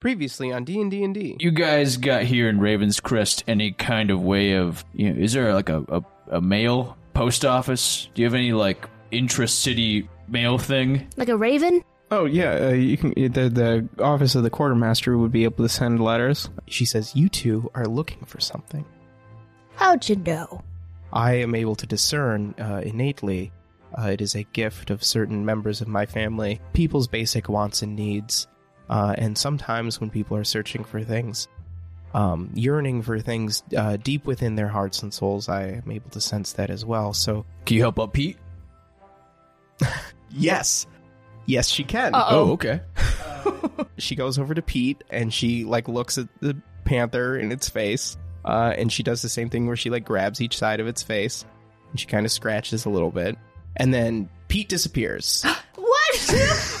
Previously on D and D and D. you guys got here in Ravenscrest any kind of way of you know, is there like a, a, a mail post office? Do you have any like intra-city mail thing? Like a raven? Oh yeah, uh, you can. The, the office of the quartermaster would be able to send letters. She says you two are looking for something. How'd you know? I am able to discern uh, innately. Uh, it is a gift of certain members of my family, people's basic wants and needs. Uh, and sometimes when people are searching for things, um, yearning for things uh, deep within their hearts and souls, I am able to sense that as well. So, Can you help out Pete? yes. Yes, she can. Oh, okay. she goes over to Pete and she like looks at the panther in its face, uh, and she does the same thing where she like grabs each side of its face and she kind of scratches a little bit, and then Pete disappears. What?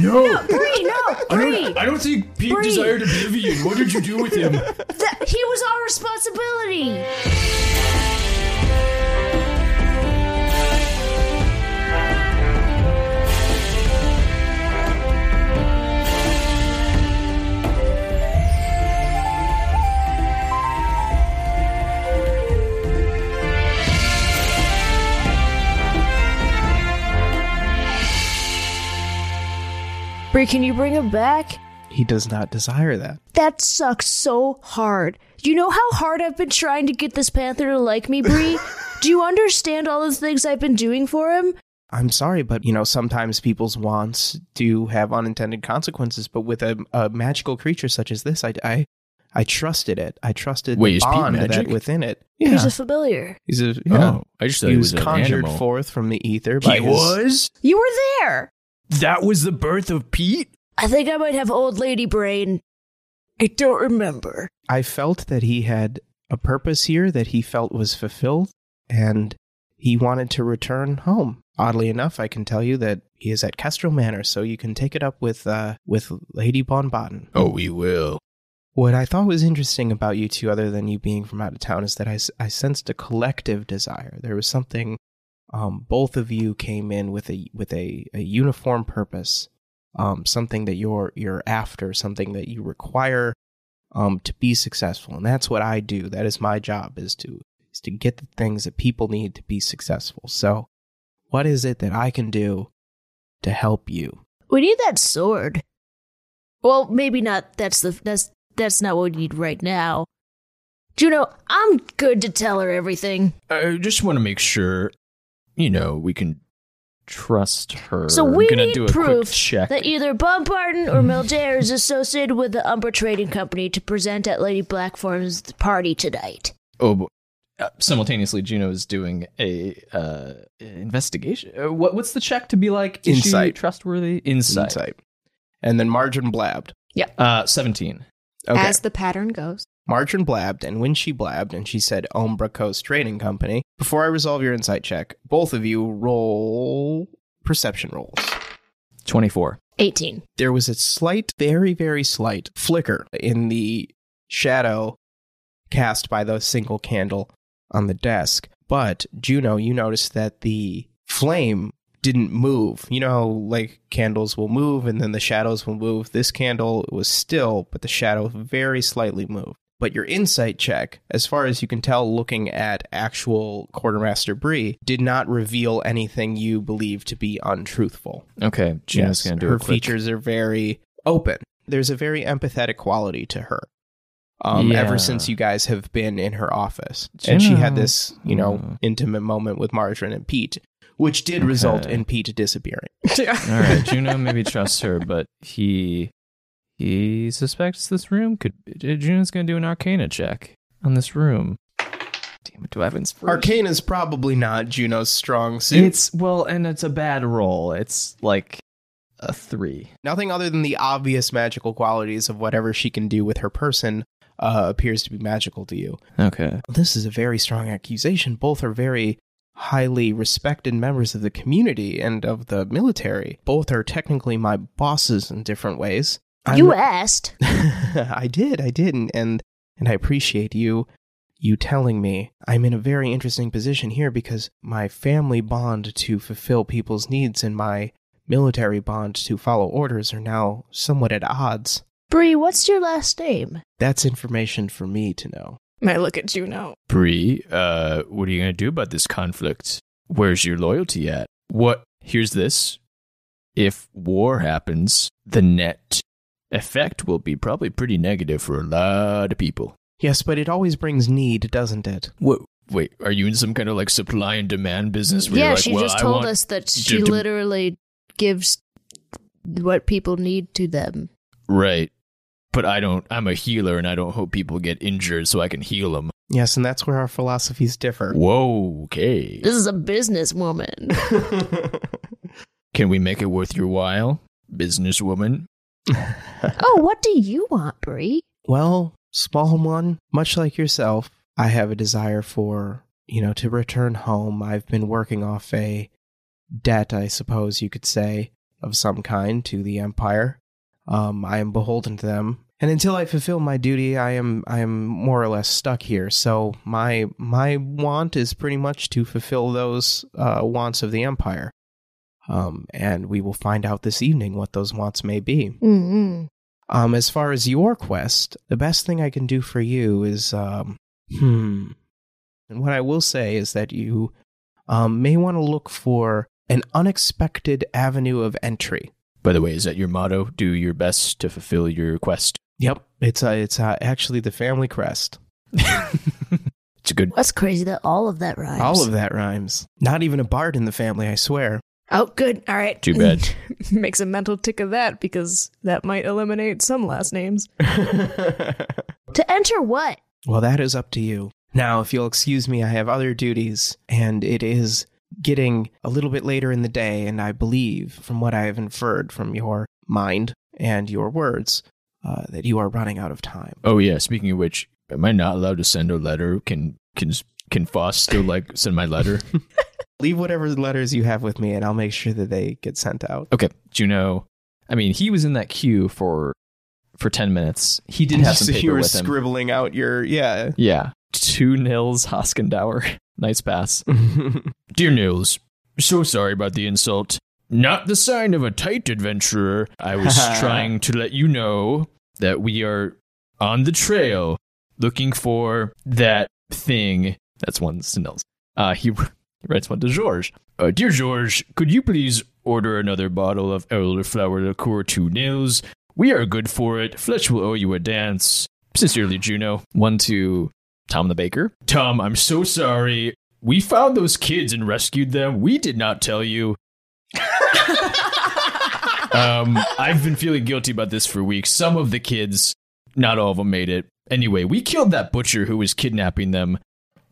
No. Bree, no, Bree. I don't think Pete Bree. desired oblivion. What did you do with him? That- he was our responsibility. Bree, can you bring him back? he does not desire that. That sucks so hard. You know how hard I've been trying to get this panther to like me, Bree? Do you understand all the things I've been doing for him? I'm sorry, but you know sometimes people's wants do have unintended consequences. But with a, a magical creature such as this, I, I, I trusted it. I trusted Wait, the is Pete bond that magic? within it. He's a familiar. He's a yeah. Oh, I just thought he, he was, was an conjured animal. forth from the ether by He his- was? You were there. That was the birth of Pete? I think I might have old lady brain. I don't remember. I felt that he had a purpose here that he felt was fulfilled, and he wanted to return home. Oddly enough, I can tell you that he is at Kestrel Manor, so you can take it up with uh, with Lady Bon Bonbon. Oh, we will. What I thought was interesting about you two, other than you being from out of town, is that I, s- I sensed a collective desire. There was something. Um, both of you came in with a with a, a uniform purpose, um, something that you're you're after, something that you require um, to be successful, and that's what I do. That is my job is to is to get the things that people need to be successful. So, what is it that I can do to help you? We need that sword. Well, maybe not. That's the that's that's not what we need right now. Juno, I'm good to tell her everything. I just want to make sure, you know, we can trust her. So we I'm gonna need do a quick proof check. that either Bombarton or Mildair is associated with the Umbra Trading Company to present at Lady Blackform's party tonight. oh, bo- uh, simultaneously, Juno is doing a uh, investigation. Uh, what, what's the check to be like? Is she Insight. trustworthy insight. Insight. And then Margin blabbed. Uh, seventeen. As the pattern goes. Margarine blabbed, and when she blabbed and she said Ombra Coast Trading Company, before I resolve your insight check, both of you roll perception rolls. Twenty-four. 18. There was a slight, very, very slight flicker in the shadow cast by the single candle on the desk. But Juno, you noticed that the flame didn't move. You know, how, like candles will move and then the shadows will move. This candle was still, but the shadow very slightly moved. But your insight check, as far as you can tell looking at actual Quartermaster Bree, did not reveal anything you believe to be untruthful. Okay, Juno's Yes, gonna do her a quick- features are very open. There's a very empathetic quality to her. Um, Yeah. Ever since you guys have been in her office, and she had this, you know, Hmm. intimate moment with Marjorie and Pete, which did result Okay. in Pete disappearing. All right, Juno maybe trusts her, but he he suspects this room could. J- Juno's gonna do an Arcana check on this room. Damn it! Do I have inspiration? Arcana's probably not Juno's strong suit. It's well, and it's a bad roll. It's like a three. Nothing other than the obvious magical qualities of whatever she can do with her person uh, appears to be magical to you. Okay. This is a very strong accusation. Both are very highly respected members of the community and of the military. Both are technically my bosses in different ways. I'm- you asked. I did, I did, and, and and I appreciate you you telling me. I'm in a very interesting position here because my family bond to fulfill people's needs and my military bond to follow orders are now somewhat at odds. Bree, what's your last name? That's information for me to know. And I look at Juno. Bree, uh, what are you going to do about this conflict? Where's your loyalty at? What? Here's this. If war happens, the net effect will be probably pretty negative for a lot of people. Yes, but it always brings need, doesn't it? What? Wait, are you in some kind of like supply and demand business? Where yeah, you're like, she well, just I told want- us that to- she to- literally gives what people need to them. Right. But I don't, I'm a healer and I don't hope people get injured so I can heal them. Yes, and that's where our philosophies differ. Whoa, okay. This is a businesswoman. Can we make it worth your while, businesswoman? oh, what do you want, Bree? Well, small one, much like yourself, I have a desire for, you know, to return home. I've been working off a debt, I suppose you could say, of some kind to the empire. Um, I am beholden to them. And until I fulfill my duty, I am I am more or less stuck here. So my my want is pretty much to fulfill those uh, wants of the empire. Um, and we will find out this evening what those wants may be. Mm-hmm. Um, as far as your quest, the best thing I can do for you is, um, hmm. And what I will say is that you um, may want to look for an unexpected avenue of entry. By the way, is that your motto? Do your best to fulfill your quest. Yep, it's uh, it's uh, actually the family crest. It's a good. That's crazy that all of that rhymes. All of that rhymes. Not even a bard in the family, I swear. Oh, good. All right. Too bad. Makes a mental tick of that because that might eliminate some last names. To enter what? Well, that is up to you. Now, if you'll excuse me, I have other duties, and it is getting a little bit later in the day, and I believe, from what I have inferred from your mind and your words, uh, that you are running out of time. Oh, yeah. Speaking of which, am I not allowed to send a letter? Can, can, can Foss still like send my letter? Leave whatever letters you have with me, and I'll make sure that they get sent out. Okay, Juno. I mean, he was in that queue for, for 10 minutes. He did have some So you paper were with him. scribbling out your yeah. Yeah. Two nils Hoskendauer. nice pass. Dear Nils, so sorry about the insult. Not the sign of a tight adventurer. I was trying to let you know that we are on the trail looking for that thing. That's one to Nils. Uh, he, he writes one to Georges. Uh, Dear Georges, could you please order another bottle of elderflower liqueur to Nils? We are good for it. Fletch will owe you a dance. Sincerely, Juno. One to Tom the Baker. Tom, I'm so sorry. We found those kids and rescued them. We did not tell you. um, I've been feeling guilty about this for weeks. Some of the kids, not all of them, made it. Anyway, we killed that butcher who was kidnapping them.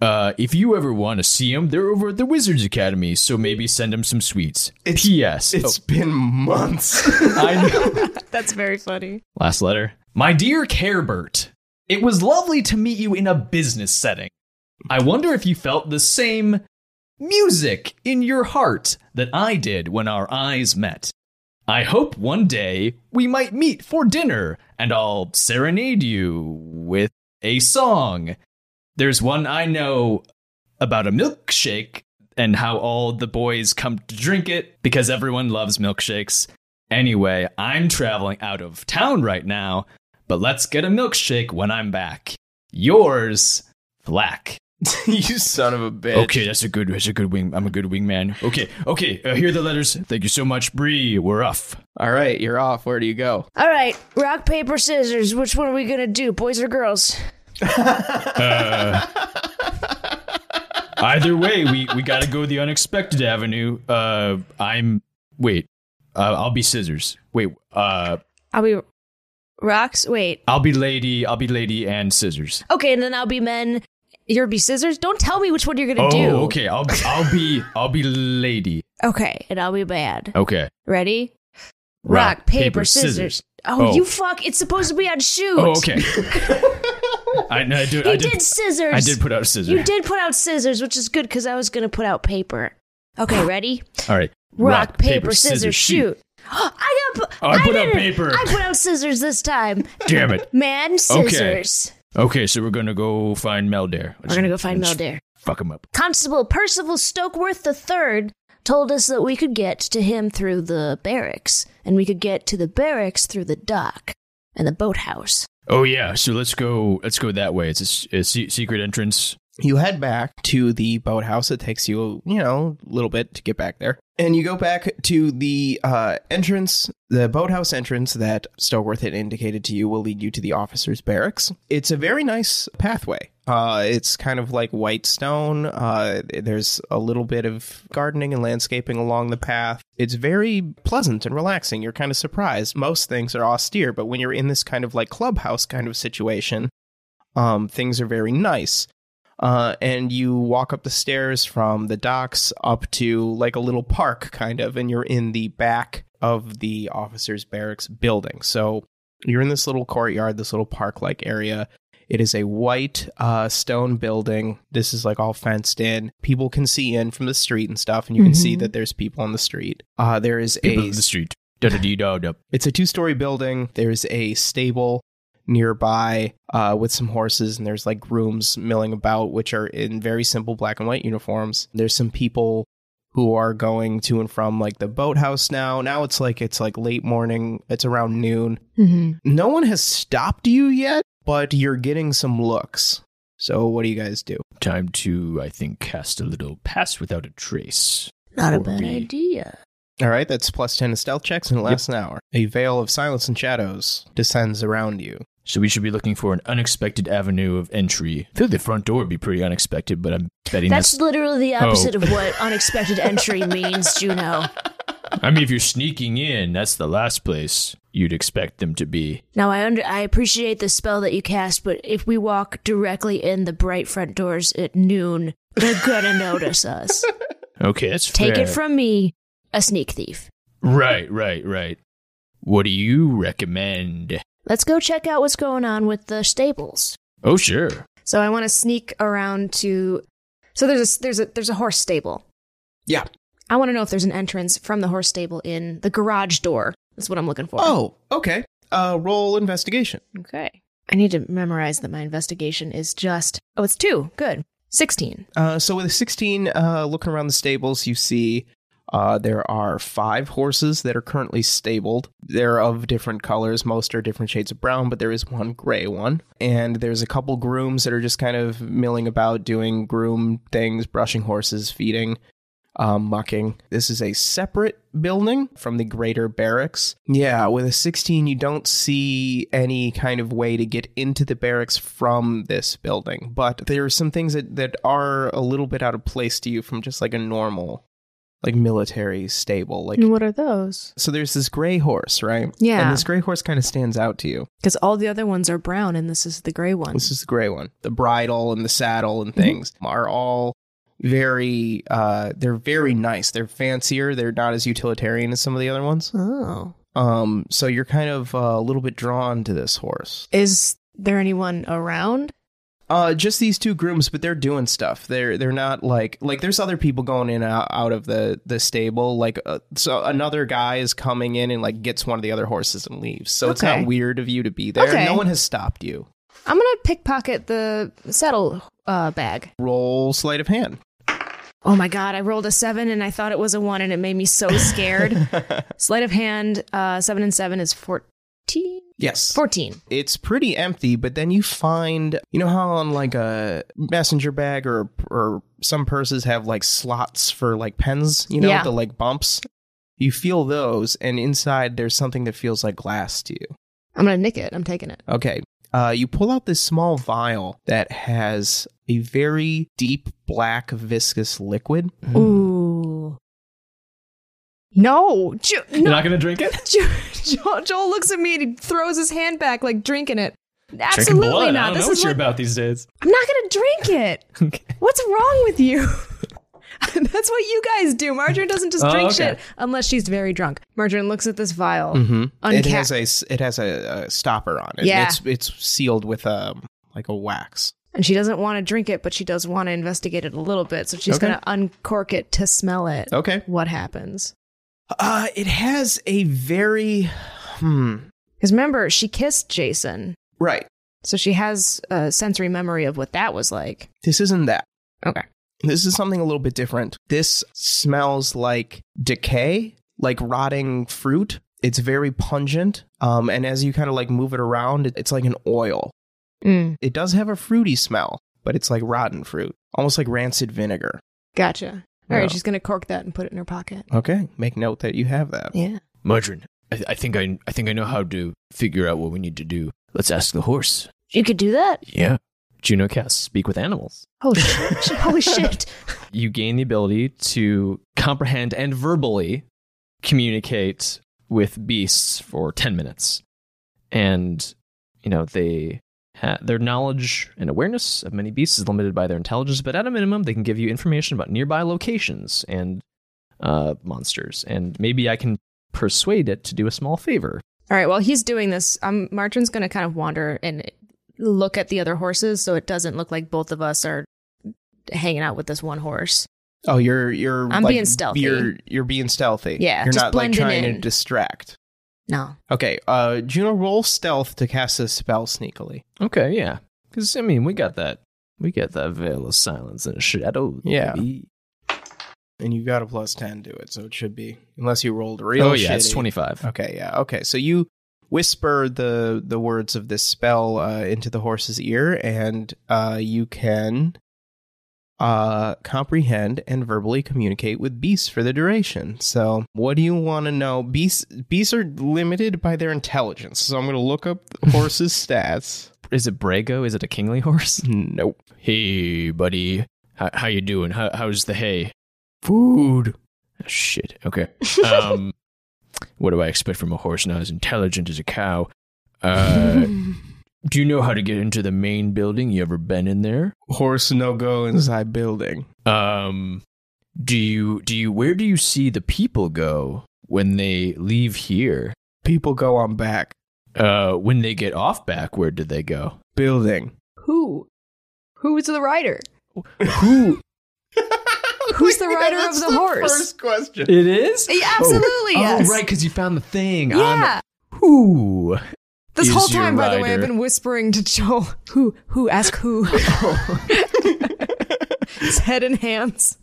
Uh, if you ever want to see them, they're over at the Wizards Academy, so maybe send them some sweets. P.S. Oh. It's been months. That's very funny. Last letter. My dear Carebert, it was lovely to meet you in a business setting. I wonder if you felt the same music in your heart that I did when our eyes met. I hope one day we might meet for dinner and I'll serenade you with a song. There's one I know about a milkshake and how all the boys come to drink it because everyone loves milkshakes. Anyway, I'm traveling out of town right now, but let's get a milkshake when I'm back. Yours, Flack. you son of a bitch. Okay, that's a good. That's a good wing. I'm a good wingman. Okay, okay. Uh, here are the letters. Thank you so much, Bree. We're off. All right, you're off. Where do you go? All right, rock, paper, scissors. Which one are we gonna do, boys or girls? Either way, we we gotta go the unexpected avenue. Uh, I'm wait. Uh, I'll be scissors. Wait. Uh, I'll be rocks. Wait. I'll be lady. I'll be lady and scissors. Okay, and then I'll be men. You'll be scissors. Don't tell me which one you're gonna Oh, do. okay. I'll I'll be I'll be lady. Okay. And I'll be bad. Okay. Ready? Rock, paper, scissors. Oh, Oh. you fuck! It's supposed to be on shoot. Oh, okay. I, I, do, You I did, did. scissors. I did put out a scissor. You did put out scissors, which is good because I was gonna put out paper. Okay, ready? All right. Rock, paper, scissors, shoot. I got. Oh, I put out didn't- paper. I put out scissors this time. Damn it. Man, scissors. Okay, so we're gonna go find Meldare. We're gonna go find Meldare. Fuck him up. Constable Percival Stokeworth III told us that we could get to him through the barracks, and we could get to the barracks through the dock and the boathouse. Oh yeah, so let's go. Let's go that way. It's a s- a, se- secret entrance. You head back to the boathouse. It takes you, you know, a little bit to get back there. And you go back to the uh, entrance, the boathouse entrance that Stokeworth had indicated to you will lead you to the officer's barracks. It's a very nice pathway. Uh, it's kind of like white stone. Uh, there's a little bit of gardening and landscaping along the path. It's very pleasant and relaxing. You're kind of surprised. Most things are austere, but when you're in this kind of like clubhouse kind of situation, um, things are very nice uh, and you walk up the stairs from the docks up to like a little park kind of and you're in the back of the officers barracks building so you're in this little courtyard this little park like area it is a white uh, stone building this is like all fenced in people can see in from the street and stuff and you can see Mhm. that there's people on the street uh, there is People a in the street. Da da dee da da. it's a two story building. There's a stable nearby uh, with some horses, and there's like grooms milling about, which are in very simple black and white uniforms. There's some people who are going to and from like the boathouse now. Now it's like it's like late morning. It's around noon. Mm-hmm. No one has stopped you yet, but you're getting some looks. So what do you guys do? Time to, I think, cast a little pass without a trace. Not a Or bad we- idea. All right, that's plus ten to stealth checks, and it lasts an hour. A veil of silence and shadows descends around you. So we should be looking for an unexpected avenue of entry. I feel like the front door would be pretty unexpected, but I'm betting That's that's. literally the opposite Oh. of what unexpected entry means, Juno. I mean, if you're sneaking in, that's the last place you'd expect them to be. Now I under I appreciate the spell that you cast, but if we walk directly in the bright front doors at noon, they're gonna notice us. Okay, that's Take fair. it from me, a sneak thief. Right, right, right. What do you recommend? Let's go check out what's going on with the stables. Oh, sure. So I want to sneak around to. So there's a there's a there's a horse stable. Yeah. I want to know if there's an entrance from the horse stable in the garage door. That's what I'm looking for. Oh, okay. Uh, roll investigation. Okay. I need to memorize that my investigation is just. Oh, it's two. Good. 16. Uh, so with a 16, uh, looking around the stables, you see uh, there are five horses that are currently stabled. They're of different colors. Most are different shades of brown, but there is one gray one. And there's a couple grooms that are just kind of milling about, doing groom things, brushing horses, feeding. Um, mucking. This is a separate building from the greater barracks. Yeah, with a 16, you don't see any kind of way to get into the barracks from this building, but there are some things that, that are a little bit out of place to you from just like a normal, like military stable. Like, and what are those? so there's this gray horse, right? Yeah. And this gray horse kind of stands out to you. Because all the other ones are brown, and this is the gray one. This is the gray one. The bridle and the saddle Mm-hmm. and things are all very uh they're very nice. They're fancier. They're not as utilitarian as some of the other ones. Oh, Um so you're kind of uh, a little bit drawn to this horse. is there anyone around? Uh just these two grooms, but they're doing stuff. They're they're not like like there's other people going in and out, out of the the stable like uh, so another guy is coming in and like gets one of the other horses and leaves. So it's Okay. not weird of you to be there. Okay. No one has stopped you. I'm going to pickpocket the saddle uh, bag. Roll sleight of hand. Oh my God. I rolled a seven and I thought it was a one and it made me so scared. Sleight of hand, uh, seven and seven is 14. Yes. 14. it's pretty empty but then you find you know how on like a messenger bag or or some purses have like slots for like pens you know Yeah. the like bumps you feel those and inside there's something that feels like glass to you I'm going to nick it. I'm taking it. okay uh, you pull out this small vial that has a very deep black viscous liquid Hmm. Ooh. No. Ju- You're no. not gonna drink it? Ju- Joel, Joel looks at me and he throws his hand back like drinking it. Drinking Absolutely blood. not. I don't this know what is you're what- about these days. I'm not gonna drink it. What's wrong with you? That's what you guys do. Margarine doesn't just Oh, drink okay. shit unless she's very drunk. Margarine looks at this vial. Mm-hmm. It Uncapped. has a s- it has a, a stopper on it. Yeah. It's it's sealed with um like a wax. And she doesn't want to drink it, but she does want to investigate it a little bit. So she's Okay. going to uncork it to smell it. Okay. What happens? Uh it has a very hmm Because remember, she kissed Jason. right. So she has a sensory memory of what that was like. This isn't that. Okay. This is something a little bit different. This smells like decay, like rotting fruit. It's very pungent. Um, and as you kind of like move it around, it- it's like an oil. Mm, It does have a fruity smell, but it's like rotten fruit, almost like rancid vinegar. gotcha. All right, Yeah. she's going to cork that and put it in her pocket. Okay. Make note that you have that. Yeah. Margarine, I, I think I, I think I know how to figure out what we need to do. Let's ask the horse. You could do that? Yeah. Juno cast speak with animals. Oh, shit. Holy shit. You gain the ability to comprehend and verbally communicate with beasts for 10 minutes. And, you know, they ha- their knowledge and awareness of many beasts is limited by their intelligence, but at a minimum, they can give you information about nearby locations and uh, monsters. And maybe I can persuade it to do a small favor. All right, while he's doing this, um, Martin's going to kind of wander and look at the other horses so it doesn't look like both of us are hanging out with this one horse. Oh, you're you're. I'm like, being stealthy. You're you're being stealthy. Yeah, you're just not like blending trying to in. distract. No. Okay, uh, Juno, roll stealth to cast this spell sneakily. Okay, yeah. Because, I mean, we got that. We got that veil of silence and shadow. Yeah. baby. And you got a plus ten to it, so it should be unless you rolled real. Oh, yeah, it's shitty. 25. Okay, yeah, okay. So you whisper the the words of this spell uh, into the horse's ear, and uh, you can uh, comprehend and verbally communicate with beasts for the duration. So, what do you want to know? Beasts beasts are limited by their intelligence, so I'm going to look up horses' stats. Is it Brago? Is it a kingly horse? Nope. Hey, buddy. How, how you doing? How, how's the hay? Food. shit. Okay. Um, what do I expect from a horse not as intelligent as a cow? Uh, do you know how to get into the main building? You ever been in there? Horse no go inside building. Um, do you do you where do you see the people go when they leave here? People go on back Uh, when they get off back, where do they go? building. Who? Who is the rider? Who Who's the rider of the horse? First question. it is? Yeah, absolutely, yes. Oh, right, because you found the thing. yeah. On, who? This is whole your time, by the way, I've rider. been whispering to Joel, who, who, ask who. His head and hands.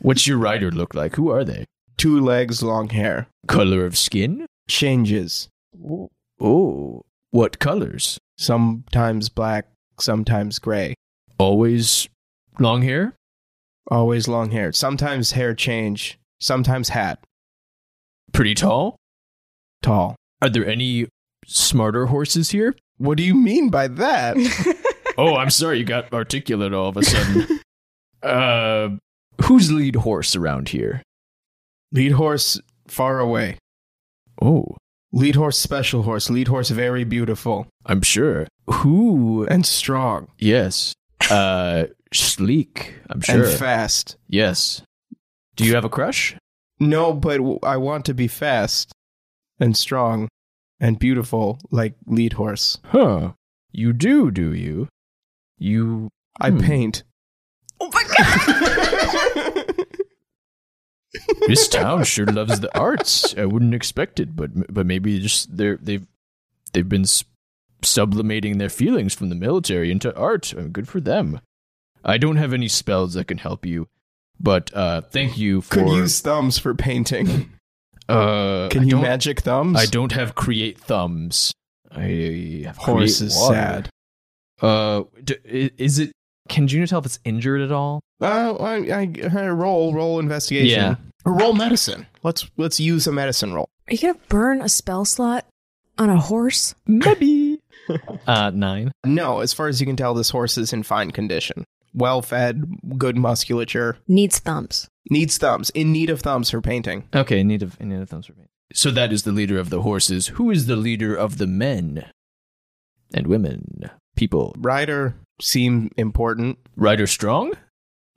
What's your rider look like? Who are they? Two legs, long hair. Color of skin? Changes. Oh, what colors? Sometimes black, sometimes gray. Always long hair? Always long hair. Sometimes hair change. Sometimes hat. Pretty tall? Tall. Are there any smarter horses here? What do you mean by that? Oh, I'm sorry, you got articulate all of a sudden. uh, who's lead horse around here? Lead horse far away. Oh, Lead horse special horse. Lead horse very beautiful I'm sure. Who? and strong Yes. Uh, sleek, I'm sure. and fast. yes. Do you have a crush? No, but w- I want to be fast and strong and beautiful like lead horse. Huh. You do, do you? You I Hmm. paint. Oh this town sure loves the arts. I wouldn't expect it, but but maybe just they're they've they've been s- sublimating their feelings from the military into art. Uh, Good for them. I don't have any spells that can help you, but uh, thank you for. Could use thumbs for painting. uh, Can I you don't- magic thumbs? I don't have create thumbs. I have Horse create is water. sad. Uh, d- i- is it? Can Juno tell if it's injured at all? Uh, I, I, I roll roll investigation. Yeah. Or roll medicine. Let's let's use a medicine roll. Are you going to burn a spell slot on a horse? Maybe. uh, nine. No, as far as you can tell, this horse is in fine condition, well fed, good musculature, Needs thumps. needs thumbs, in need of thumbs for painting. Okay, in need of in need of thumbs for me. So that is the leader of the horses. Who is the leader of the men and women? People. Rider seem important. Rider strong?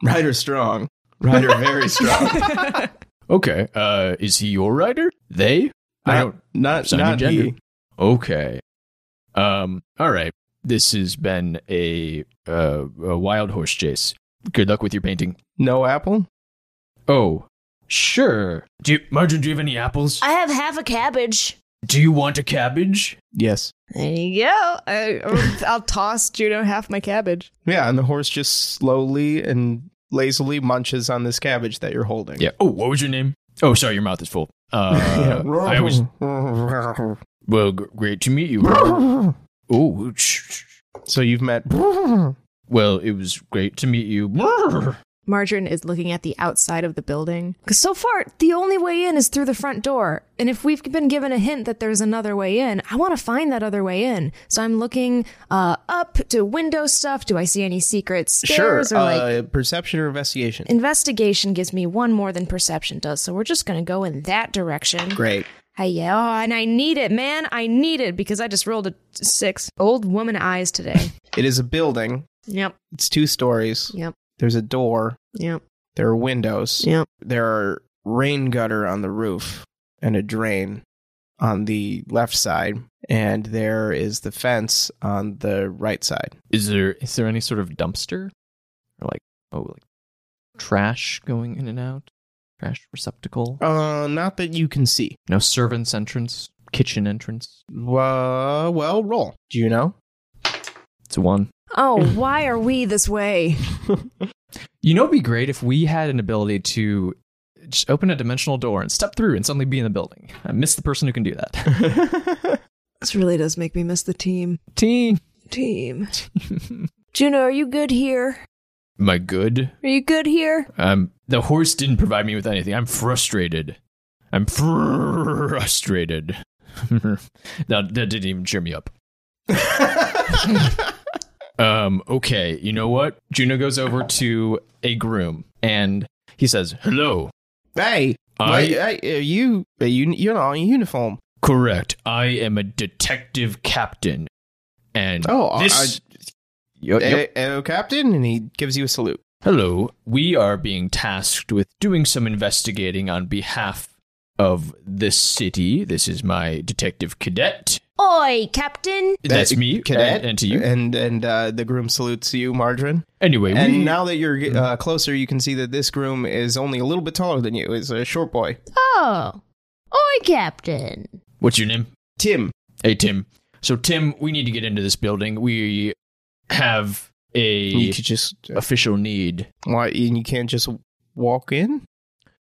Rider strong. Rider very strong. okay. Uh, is he your rider? They? Uh, I don't. Not, Sign your not gender. he. Okay. Um. All right. This has been a uh, a wild horse chase. Good luck with your painting. No apple? Oh, sure. Do you, Marjorie? Do you have any apples? I have half a cabbage. do you want a cabbage? Yes. There you go. I, I'll toss Juno half my cabbage. Yeah, and the horse just slowly and lazily munches on this cabbage that you're holding. Yeah. Oh, what was your name? Oh, sorry, your mouth is full. Uh, I always. Well, gr- great to meet you. oh, sh- sh- so you've met. well, it was great to meet you. Margarine is looking at the outside of the building. Because so far, the only way in is through the front door. And if we've been given a hint that there's another way in, I want to find that other way in. So I'm looking uh, up to window stuff. Do I see any secret Sure. stairs or like Uh, perception or investigation? investigation gives me one more than perception does? So we're just gonna go in that direction. Great. Hey, yeah, oh, and I need it, man. I need it because I just rolled a six. Old woman eyes today. It is a building. yep, It's two stories. Yep. There's a door. yep, There are windows. yep. There are rain gutter on the roof and a drain on the left side. And there is the fence on the right side. Is there is there any sort of dumpster or like oh like trash going in and out? Trash receptacle? Uh, not that you can see. No servants entrance, kitchen entrance. Uh, well, roll. Do you know? It's a one. Oh, why are we this way? You know, it'd be great if we had an ability to just open a dimensional door and step through and suddenly be in the building. I miss the person who can do that. This really does make me miss the team. Team. Team. Juno, are you good here? Am I good? Are you good here? Um, the horse didn't provide me with anything. I'm frustrated. I'm frustrated. that that didn't even cheer me up. um. Okay. You know what? Juno goes over to a groom and he says, "Hello. Hey, I wait, hey, are you are you you're not in uniform? correct. I am a detective captain, and Oh, I- this." I, Yep, yep. eh, eh, Captain, and he gives you a salute. Hello, we are being tasked with doing some investigating on behalf of the city. This is my detective cadet. Oi, Captain. That's Eh, me, cadet, and, and to you. and and uh, the groom salutes you, Margarine. anyway, we, And now that you're uh, closer, you can see that this groom is only a little bit taller than you. Is a short boy, Oh. Oi, Captain. what's your name? Tim. Hey, Tim. So, Tim, we need to get into this building. We have a You could just uh, official need. why and you can't just walk in.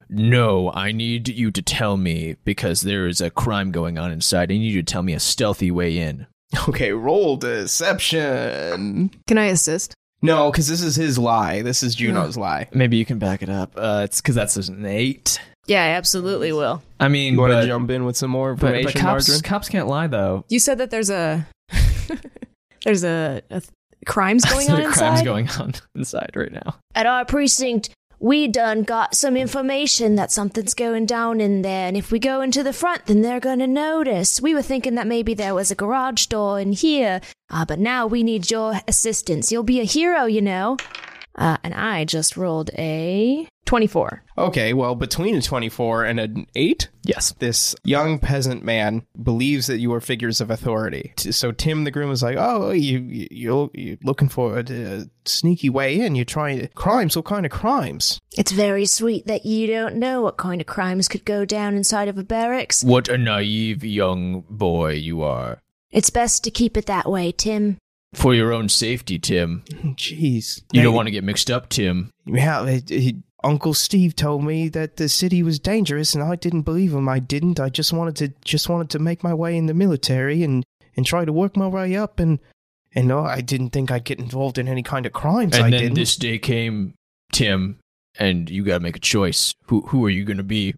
No, I need you to tell me because there is a crime going on inside. I need you to tell me a stealthy way in. Okay, roll deception. Can I assist? No, because this is his lie. This is Juno's lie. Maybe you can back it up. Uh, it's because that's an eight. Yeah, I absolutely will. I mean, You want but- to jump in with some more But, information, but cops, Margarine? cops can't lie though. You said that there's a there's a, a th- crimes going on There are crimes inside. going on inside right now. At our precinct, we done got some information that something's going down in there, and if we go into the front, then they're gonna notice. We were thinking that maybe there was a garage door in here, uh, but now we need your assistance. You'll be a hero, you know. Uh, and I just rolled a 24. Okay, well, between a 24 and an 8, Yes. this young peasant man believes that you are figures of authority. T- So Tim the groom is like, "Oh, you, you you're- you're looking for a, a sneaky way in. You're trying to crimes. What kind of crimes? It's very sweet that you don't know what kind of crimes could go down inside of a barracks. What a naive young boy you are. It's best to keep it that way, Tim. For your own safety, Tim. Jeez, You don't want to get mixed up, Tim. Yeah, it- it- Uncle Steve told me that the city was dangerous, and I didn't believe him. I didn't. I just wanted to just wanted to make my way in the military and and try to work my way up and." And no, I didn't think I'd get involved in any kind of crimes. and I then didn't. this day came, Tim, and you got to make a choice. Who who are you going to be?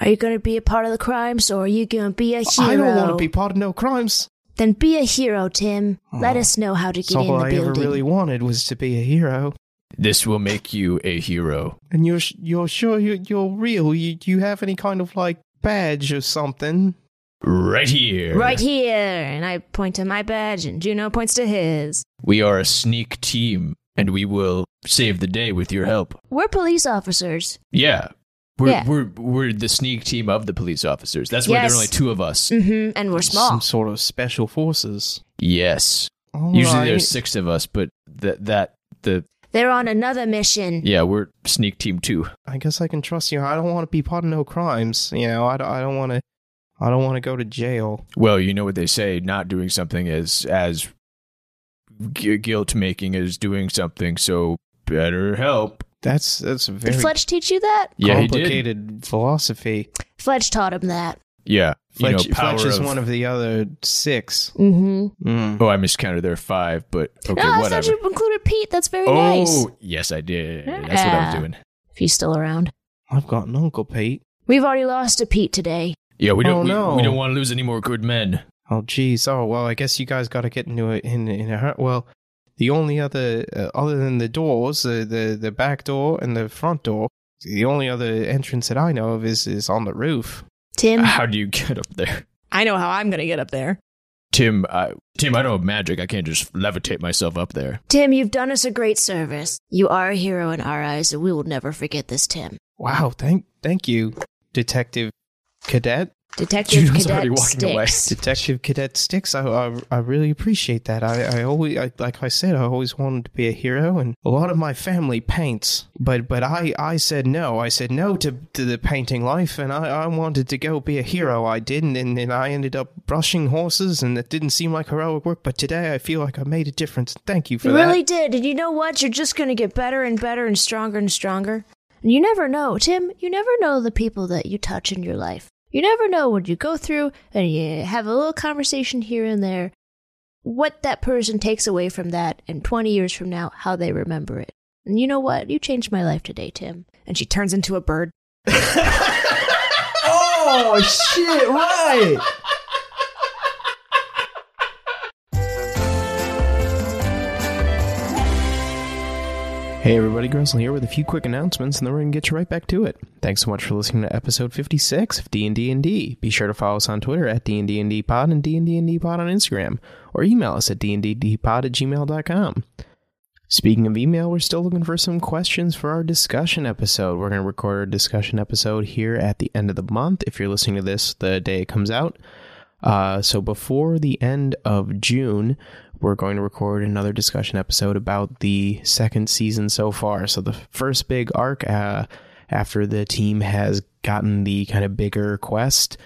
Are you gonna be a part of the crimes, or are you gonna be a hero? I don't want to be part of no crimes. Then be a hero, Tim. Let Oh. us know how to get So in the all I ever building. really wanted was to be a hero. This will make you a hero. And you're sh- you're sure you're, you're real? You do you have any kind of like badge or something? Right here. Right Here, and I point to my badge, and Juno points to his. We are a sneak team, and we will save the day with your help. We're police officers. Yeah. We're, Yeah. we're, we're the sneak team of the police officers. That's why there Yes. are only two of us. Mm-hmm. And we're small. Some sort of special forces. Yes. All Usually right. there's six of us, but that, that, the, They're on another mission. yeah, we're sneak team two. I guess I can trust you. I don't want to be part of no crimes. You know, I, don't- I don't want to. I don't want to go to jail. Well, you know what they say: not doing something is as gu- guilt-making as doing something. So better help. That's that's a Did very Fletch teach you that? Yeah, he did. complicated philosophy. Fletch taught him that. Yeah, you Fletch, know, power Fletch is of, one of the other six. Mm-hmm. Mm. Oh, I miscounted. There are five, but okay, no, I thought whatever. you included Pete. That's very Oh, nice. yes, I did. That's what I Yeah. was doing. If he's still around. I've got an uncle Pete. We've already lost a Pete today. Yeah, we don't. Oh, we- no. we, don't want to lose any more good men. Oh, geez. Oh, well, I guess you guys got to get into it in in a hur- well. The only other, uh, other than the doors, the, the the back door and the front door, the only other entrance that I know of is is on the roof. Tim, How do you get up there, I know how I'm going to get up there. Tim? I, Tim, I don't have magic. I can't just levitate myself up there. Tim, you've done us a great service. You are a hero in our eyes, and we will never forget this, Tim. Wow. Thank thank you, Detective Cadet. Detective Juno's Cadet already walking away. Sticks. Detective Cadet Sticks, I, I, I really appreciate that. I, I always, I, like I said, I always wanted to be a hero, and a lot of my family paints. But but I, I said no. I said no to, to the painting life, and I, I wanted to go be a hero. I didn't, and, and I ended up brushing horses, and it didn't seem like heroic work. But today I feel like I made a difference. Thank you for You that. really did. And you know what? You're just going to get better and better and stronger and stronger. And you never know, Tim, you never know the people that you touch in your life. You never know when you go through and you have a little conversation here and there, what that person takes away from that, and 20 years from now, how they remember it. And you know what? You changed my life today, Tim. And she turns into a bird. Oh shit! Right. Hey everybody, Grizzle here with a few quick announcements, and then we're gonna get you right back to it. Thanks so much for listening to episode 56 of D&D and D. Be sure to follow us on Twitter at D&D Pod and D&D Pod on Instagram, or email us at dnddpod at gmail.com. Speaking of email, we're still looking for some questions for our discussion episode. We're going to record our discussion episode here at the end of the month. If you're listening to this the day it comes out, uh, so before the end of June, we're going to record another discussion episode about the second season so far. So the first big arc uh, after the team has gotten the kind of bigger quest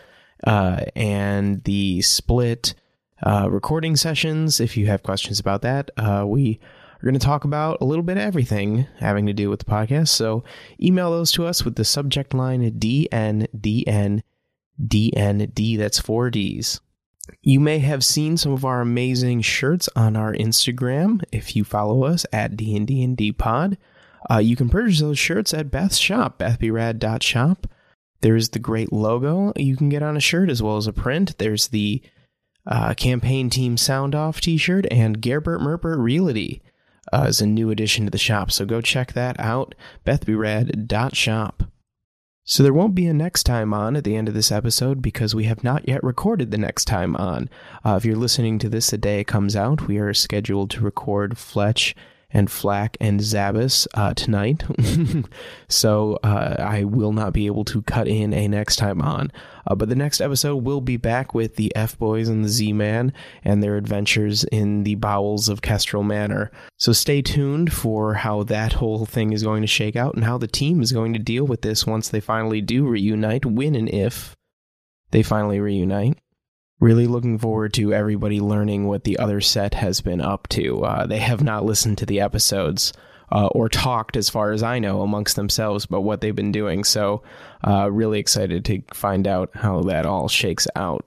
uh, and the split uh, recording sessions. If you have questions about that, uh, we are going to talk about a little bit of everything having to do with the podcast. So email those to us with the subject line DNDN DND. That's four D's. You may have seen some of our amazing shirts on our Instagram if you follow us at DND Pod. Uh, you can purchase those shirts at Beth's shop, bethbyrad.shop. There's the great logo you can get on a shirt as well as a print. There's the uh, campaign team sound off t shirt and Gerbert Merpert Realty uh, is a new addition to the shop. So go check that out, bethbyrad.shop. So there won't be a next time on at the end of this episode because we have not yet recorded the next time on. Uh, if you're listening to this the day it comes out, we are scheduled to record Fletch and Flack and Zabas uh, tonight. so uh, I will not be able to cut in a next time on. Uh, but the next episode will be back with the F Boys and the Z Man and their adventures in the bowels of Kestrel Manor. So stay tuned for how that whole thing is going to shake out and how the team is going to deal with this once they finally do reunite, when and if they finally reunite. Really looking forward to everybody learning what the other set has been up to. Uh, they have not listened to the episodes uh, or talked, as far as I know, amongst themselves about what they've been doing. So, uh, really excited to find out how that all shakes out.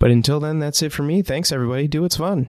But until then, that's it for me. Thanks, everybody. Do what's fun.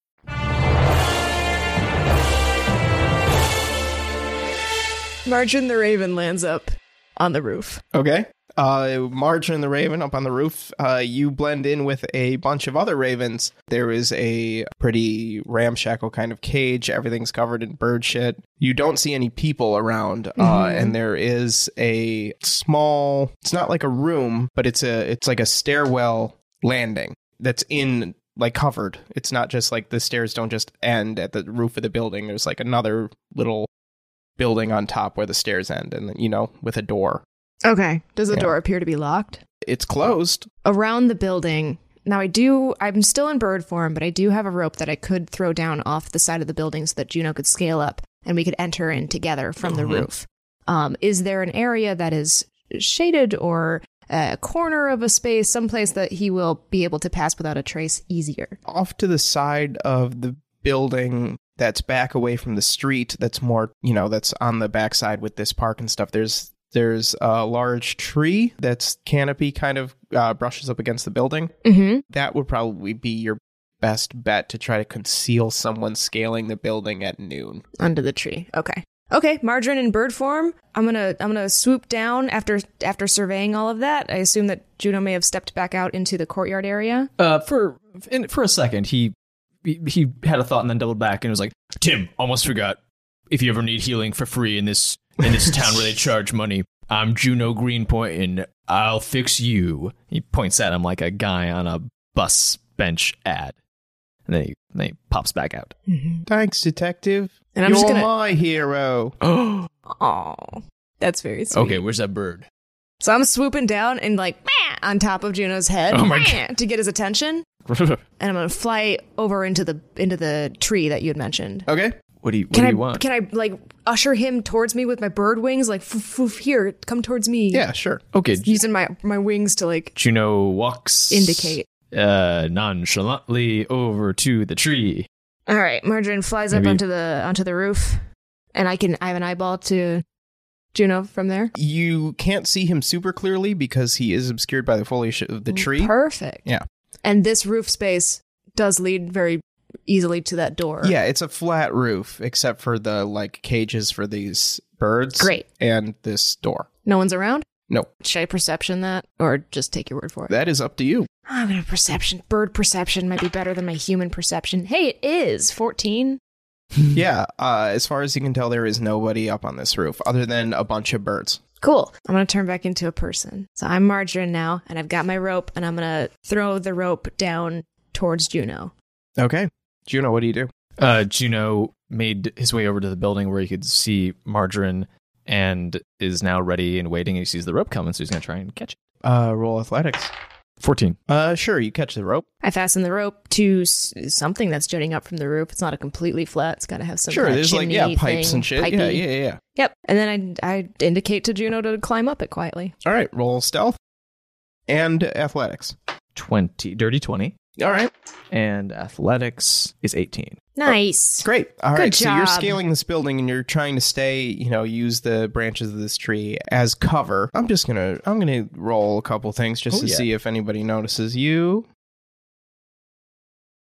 Margin the Raven lands up on the roof. Okay. Uh, Marge and the Raven up on the roof. Uh, you blend in with a bunch of other ravens. There is a pretty ramshackle kind of cage. Everything's covered in bird shit. You don't see any people around, uh, and there is a small. It's not like a room, but it's a. It's like a stairwell landing that's in like covered. It's not just like the stairs don't just end at the roof of the building. There's like another little building on top where the stairs end, and you know, with a door. Okay. Does the Yeah. door appear to be locked? It's closed. Around the building. Now I do I'm still in bird form, but I do have a rope that I could throw down off the side of the building so that Juno could scale up and we could enter in together from the roof. Um, is there an area that is shaded or a corner of a space, someplace that he will be able to pass without a trace easier? off to the side of the building that's back away from the street that's more you know that's on the backside with this park and stuff there's there's a large tree that's canopy kind of uh, brushes up against the building Mm-hmm. that would probably be your best bet to try to conceal someone scaling the building at noon under the tree. Okay. Okay, margarine in bird form. I'm gonna I'm gonna swoop down after after surveying all of that. I assume that Juno may have stepped back out into the courtyard area. Uh, for in, for a second, he, he he had a thought and then doubled back and was like, "Tim, almost forgot. If you ever need healing for free in this in this town where they charge money, I'm Juno Greenpoint, and I'll fix you." He points at him like a guy on a bus bench ad, and then he, then he pops back out. thanks detective And I'm you're just gonna- my hero Oh, Oh, that's very sweet. okay. Where's that bird? So I'm swooping down and like "Meh," on top of Juno's head Oh my "Meh," to get his attention, and I'm gonna fly over into the into the tree that you had mentioned. okay What do you What Can do I you want? can I like usher him towards me with my bird wings? Like "Foof, foof, here, come towards me. yeah sure okay, using my my wings to like Juno walks indicate. uh nonchalantly over to the tree. All right, Margarine flies Maybe- up onto the onto the roof, and I can I have an eyeball to Juno from there. you can't see him super clearly because he is obscured by the foliage of Mm, the tree Perfect. Yeah. And this roof space does lead very easily to that door. Yeah, it's a flat roof except for the like cages for these birds. Great. And this door. No one's around. No, Should I perception that, or just take your word for it? that is up to you. I'm gonna perception. Bird perception might be better than my human perception. Hey, it is fourteen. yeah, uh, as far as you can tell, there is nobody up on this roof other than a bunch of birds. Cool. I'm gonna turn back into a person. So I'm Margarine now, and I've got my rope, and I'm gonna throw the rope down towards Juno. Okay. Juno, what do you do? Uh, Juno made his way over to the building where he could see Margarine and is now ready and waiting. And he sees the rope coming, so he's going to try and catch it. Uh, roll athletics. 14. Uh, sure, you catch the rope. I fasten the rope to s- something that's jutting up from the roof. It's not a completely flat. It's got to have some. sure, kind of there's like, chimney yeah, pipes thing, and shit. pipey. Yeah, yeah, yeah. Yep. And then I, I indicate to Juno to climb up it quietly. All right, roll stealth and athletics. 20. Dirty 20. All right, And athletics is 18. Nice. Oh, great. All right, Good so you're job. scaling this building and you're trying to stay, you know, use the branches of this tree as cover. I'm just gonna I'm gonna roll a couple things just Oh, to yeah. see if anybody notices you.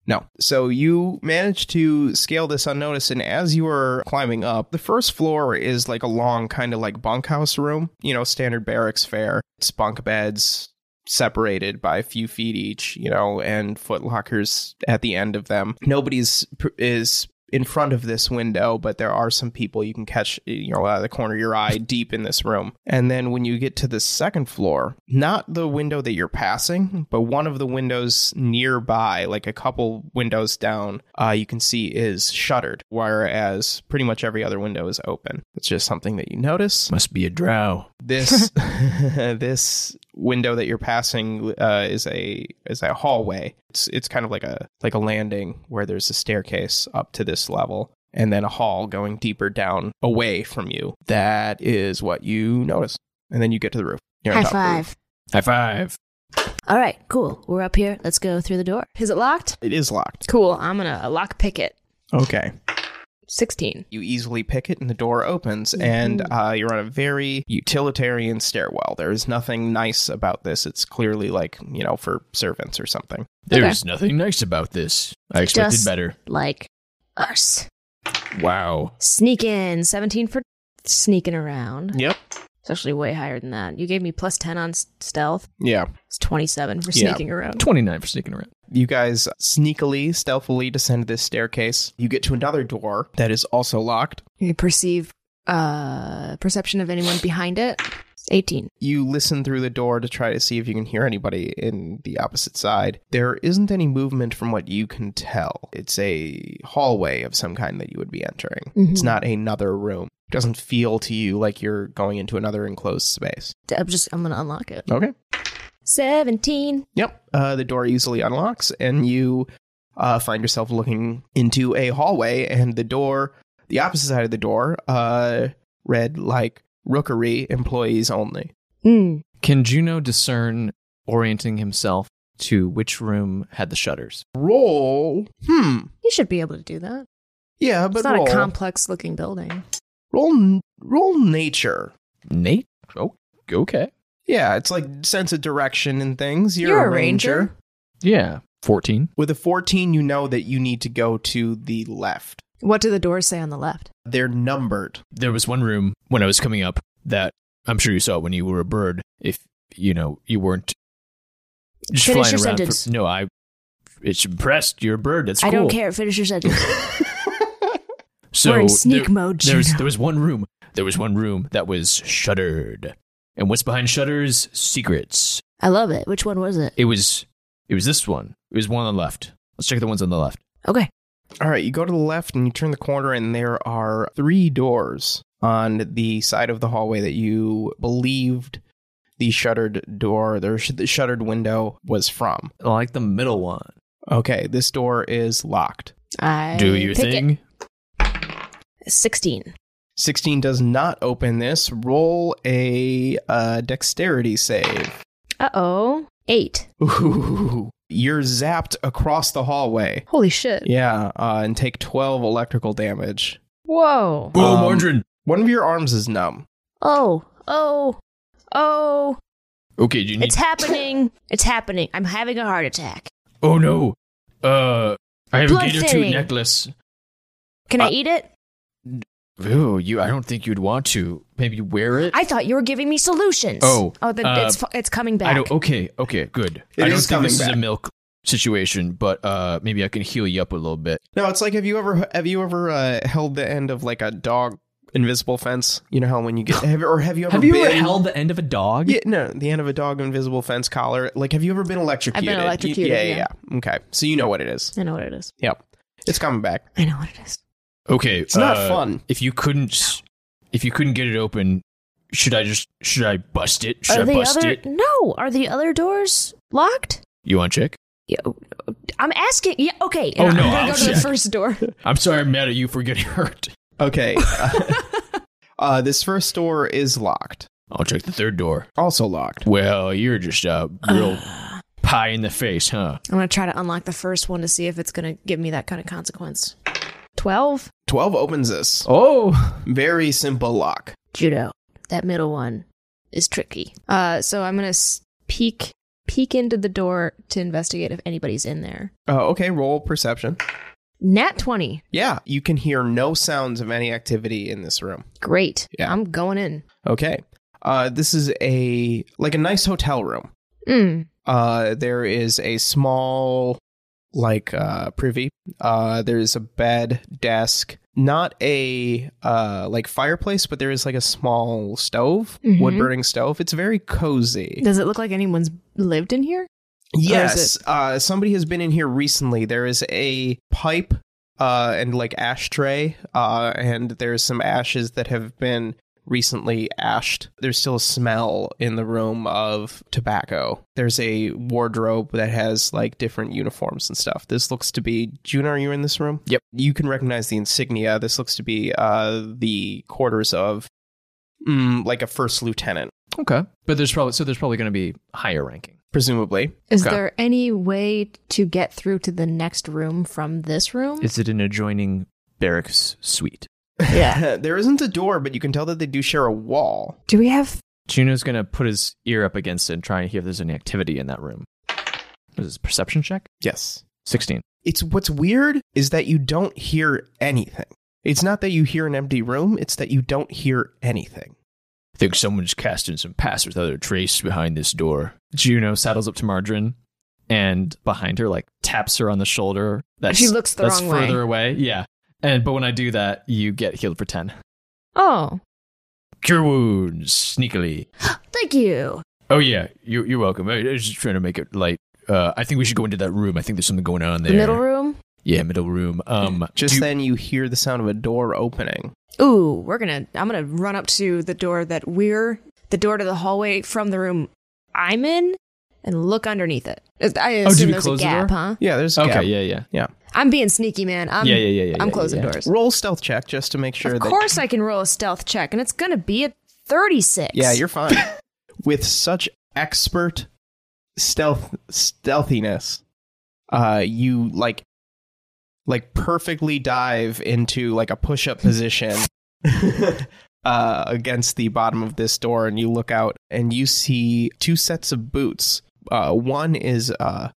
No. So you managed to scale this unnoticed, and as you are climbing up, the first floor is like a long kind of like bunkhouse room, you know, standard barracks fare. It's bunk beds separated by a few feet each, you know, and footlockers at the end of them. Nobody's pr- is in front of this window, but there are some people you can catch, you know, out of the corner of your eye deep in this room. And then when you get to the second floor, not the window that you're passing, but one of the windows nearby, like a couple windows down, uh, you can see is shuttered, whereas pretty much every other window is open. It's just something that you notice Must be a drow. this this window that you're passing uh, is a is a hallway. It's it's kind of like a like a landing where there's a staircase up to this level and then a hall going deeper down away from you. That is what you notice. And then you get to the roof. You're on High top of the five. High five. All right, cool. We're up here. Let's go through the door. Is it locked? roof. It is locked. Cool. I'm gonna lock pick it. Okay. 16. You easily pick it, and the door opens, and uh, you're on a very utilitarian stairwell. There is nothing nice about this. It's clearly like you know for servants or something. There Okay. is nothing nice about this. I expected Just better. Like us. Wow. Sneak in. 17 for sneaking around. Yep. It's actually way higher than that. You gave me plus 10 on s- stealth. Yeah. It's 27 for Yeah. sneaking around. 29 for sneaking around. You guys sneakily, stealthily descend this staircase. You get to another door that is also locked. You perceive uh perception of anyone behind it. 18. You listen through the door to try to see if you can hear anybody in the opposite side. There isn't any movement from what you can tell. It's a hallway of some kind that you would be entering. It's not another room. It doesn't feel to you like you're going into another enclosed space. I'm just, I'm going to unlock it. Okay. 17. Yep. Uh, the door easily unlocks, and you uh, find yourself looking into a hallway, and the door, the opposite side of the door, uh, read like rookery employees only. Mm. Can Juno discern orienting himself to which room had the shutters? Roll. Hmm. You should be able to do that. Yeah, but it's not roll. a complex looking building. roll. Roll nature. Nate? Oh, okay. Yeah, it's like sense of direction and things. You're, You're a a ranger. ranger. Yeah. 14. With a 14, you know that you need to go to the left. What do the doors say on the left? They're numbered. There was one room when I was coming up that I'm sure you saw when you were a bird. If, you know, you weren't just Finish flying your around. for- sentence. no, I. It's impressed. You're a bird. That's I cool. don't care. Finish your sentence. So We're in sneak there- mode, There was, Juno. there was one room. There was one room that was shuttered. And what's behind shutters? Secrets. I love it. Which one was it? It was. It was this one. It was one on the left. Let's check the ones on the left. Okay. All right, you go to the left and you turn the corner, and there are three doors on the side of the hallway that you believed the shuttered door, the, sh- the shuttered window was from. I like the middle one. Okay, this door is locked. I Do your pick thing. 16. 16 does not open this. Roll a uh, dexterity save. Uh oh. 8. Ooh. You're zapped across the hallway. Holy shit. Yeah, uh, and take 12 electrical damage. Whoa. Whoa, Um, Margarine. One of your arms is numb. Oh. Oh. Oh. Okay, you need. It's happening. It's happening. I'm having a heart attack. oh no. Uh, I have Blood a gator tooth thinning. necklace. Can I Uh, eat it? Ooh, you. I don't think you'd want to. Maybe wear it. I thought you were giving me solutions. Oh, Oh, then uh, it's, fu- it's coming back. I don't. Okay. Okay. Good. It I don't is think coming this is back. a milk situation, but uh, maybe I can heal you up a little bit. No, it's like have you ever have you ever uh, held the end of like a dog invisible fence? You know how when you get have, or have you ever been, the end of a dog? yeah, no, the end of a dog invisible fence collar. Like have you ever been electrocuted? You- electrocuted, yeah, yeah, yeah. Okay. So you know what it is. I know what it is. Yep. It's coming back. I know what it is. Okay, uh, It's not fun. If you couldn't, if you couldn't get it open, should I just should I bust it? Should Are I the bust other it? no? Are the other doors locked? You want to check? Yeah, oh, oh, I'm asking. Yeah, okay. Oh, And no, I'm gonna I'll go to the check. first door. I'm sorry, I'm mad at you for getting hurt. Okay. uh, this first door is locked. I'll check the third door. Also locked. Well, you're just a real pie in the face, huh? I'm gonna try to unlock the first one to see if it's gonna give me that kind of consequence. 12? 12 opens this. Oh, Very simple lock. Judo. That middle one is tricky. Uh, so I'm gonna s- peek peek into the door to investigate if anybody's in there. Uh, okay, roll perception. Nat 20. Yeah, you can hear no sounds of any activity in this room. Great. Yeah. I'm going in. Okay. Uh, this is a like a nice hotel room. Mm. Uh, there is a small like uh privy. Uh, there's a bed, desk, not a uh like fireplace, but there is like a small stove, Mhm. wood burning stove. It's very cozy. Does it look like anyone's lived in here? Yes, uh, somebody has been in here recently. There is a pipe uh, and like ashtray, uh, and there's some ashes that have been recently ashed. There's still a smell in the room of tobacco. There's a wardrobe that has like different uniforms and stuff. This looks to be Juno. Are you in this room? Yep. You can recognize the insignia. This looks to be uh, the quarters of mm, like a first lieutenant, Okay. But there's probably so there's probably going to be higher ranking. presumably. Is Okay. there any way to get through to the next room from this room? Is it an adjoining barracks suite? Yeah. there isn't a door, but you can tell that they do share a wall. Do we have Juno's going to put his ear up against it and try and hear if there's any activity in that room. What is this perception check? Yes. 16. It's what's weird is that you don't hear anything. It's not that you hear an empty room, it's that you don't hear anything. Think someone's casting some pass without a trace behind this door. Juno saddles up to Margarine and behind her, like taps her on the shoulder. That's, She looks the that's wrong way. further away. Yeah. And but when I do that, you get healed for 10. Oh, Cure wounds sneakily. Thank you. Oh yeah, you're, you're welcome. I I was just trying to make it light. Uh, I think we should go into that room. I think there's something going on there. the middle room? Yeah, middle room. Um, Just do- then you hear the sound of a door opening. Ooh, we're gonna. I'm gonna run up to the door that we're the door to the hallway from the room I'm in, and look underneath it. Is- I did assume Oh, we there's close a the gap, door? huh? Yeah, there's a Okay, gap. yeah, yeah. I'm being sneaky, man. I'm, Yeah, yeah, yeah, yeah, I'm yeah, closing yeah. doors. Roll stealth check just to make sure of that course, I can roll a stealth check, and it's gonna be a 36. Yeah, you're fine. With such expert stealth stealthiness, uh you like like perfectly dive into like a push-up position uh against the bottom of this door and you look out and you see two sets of boots. Uh one is uh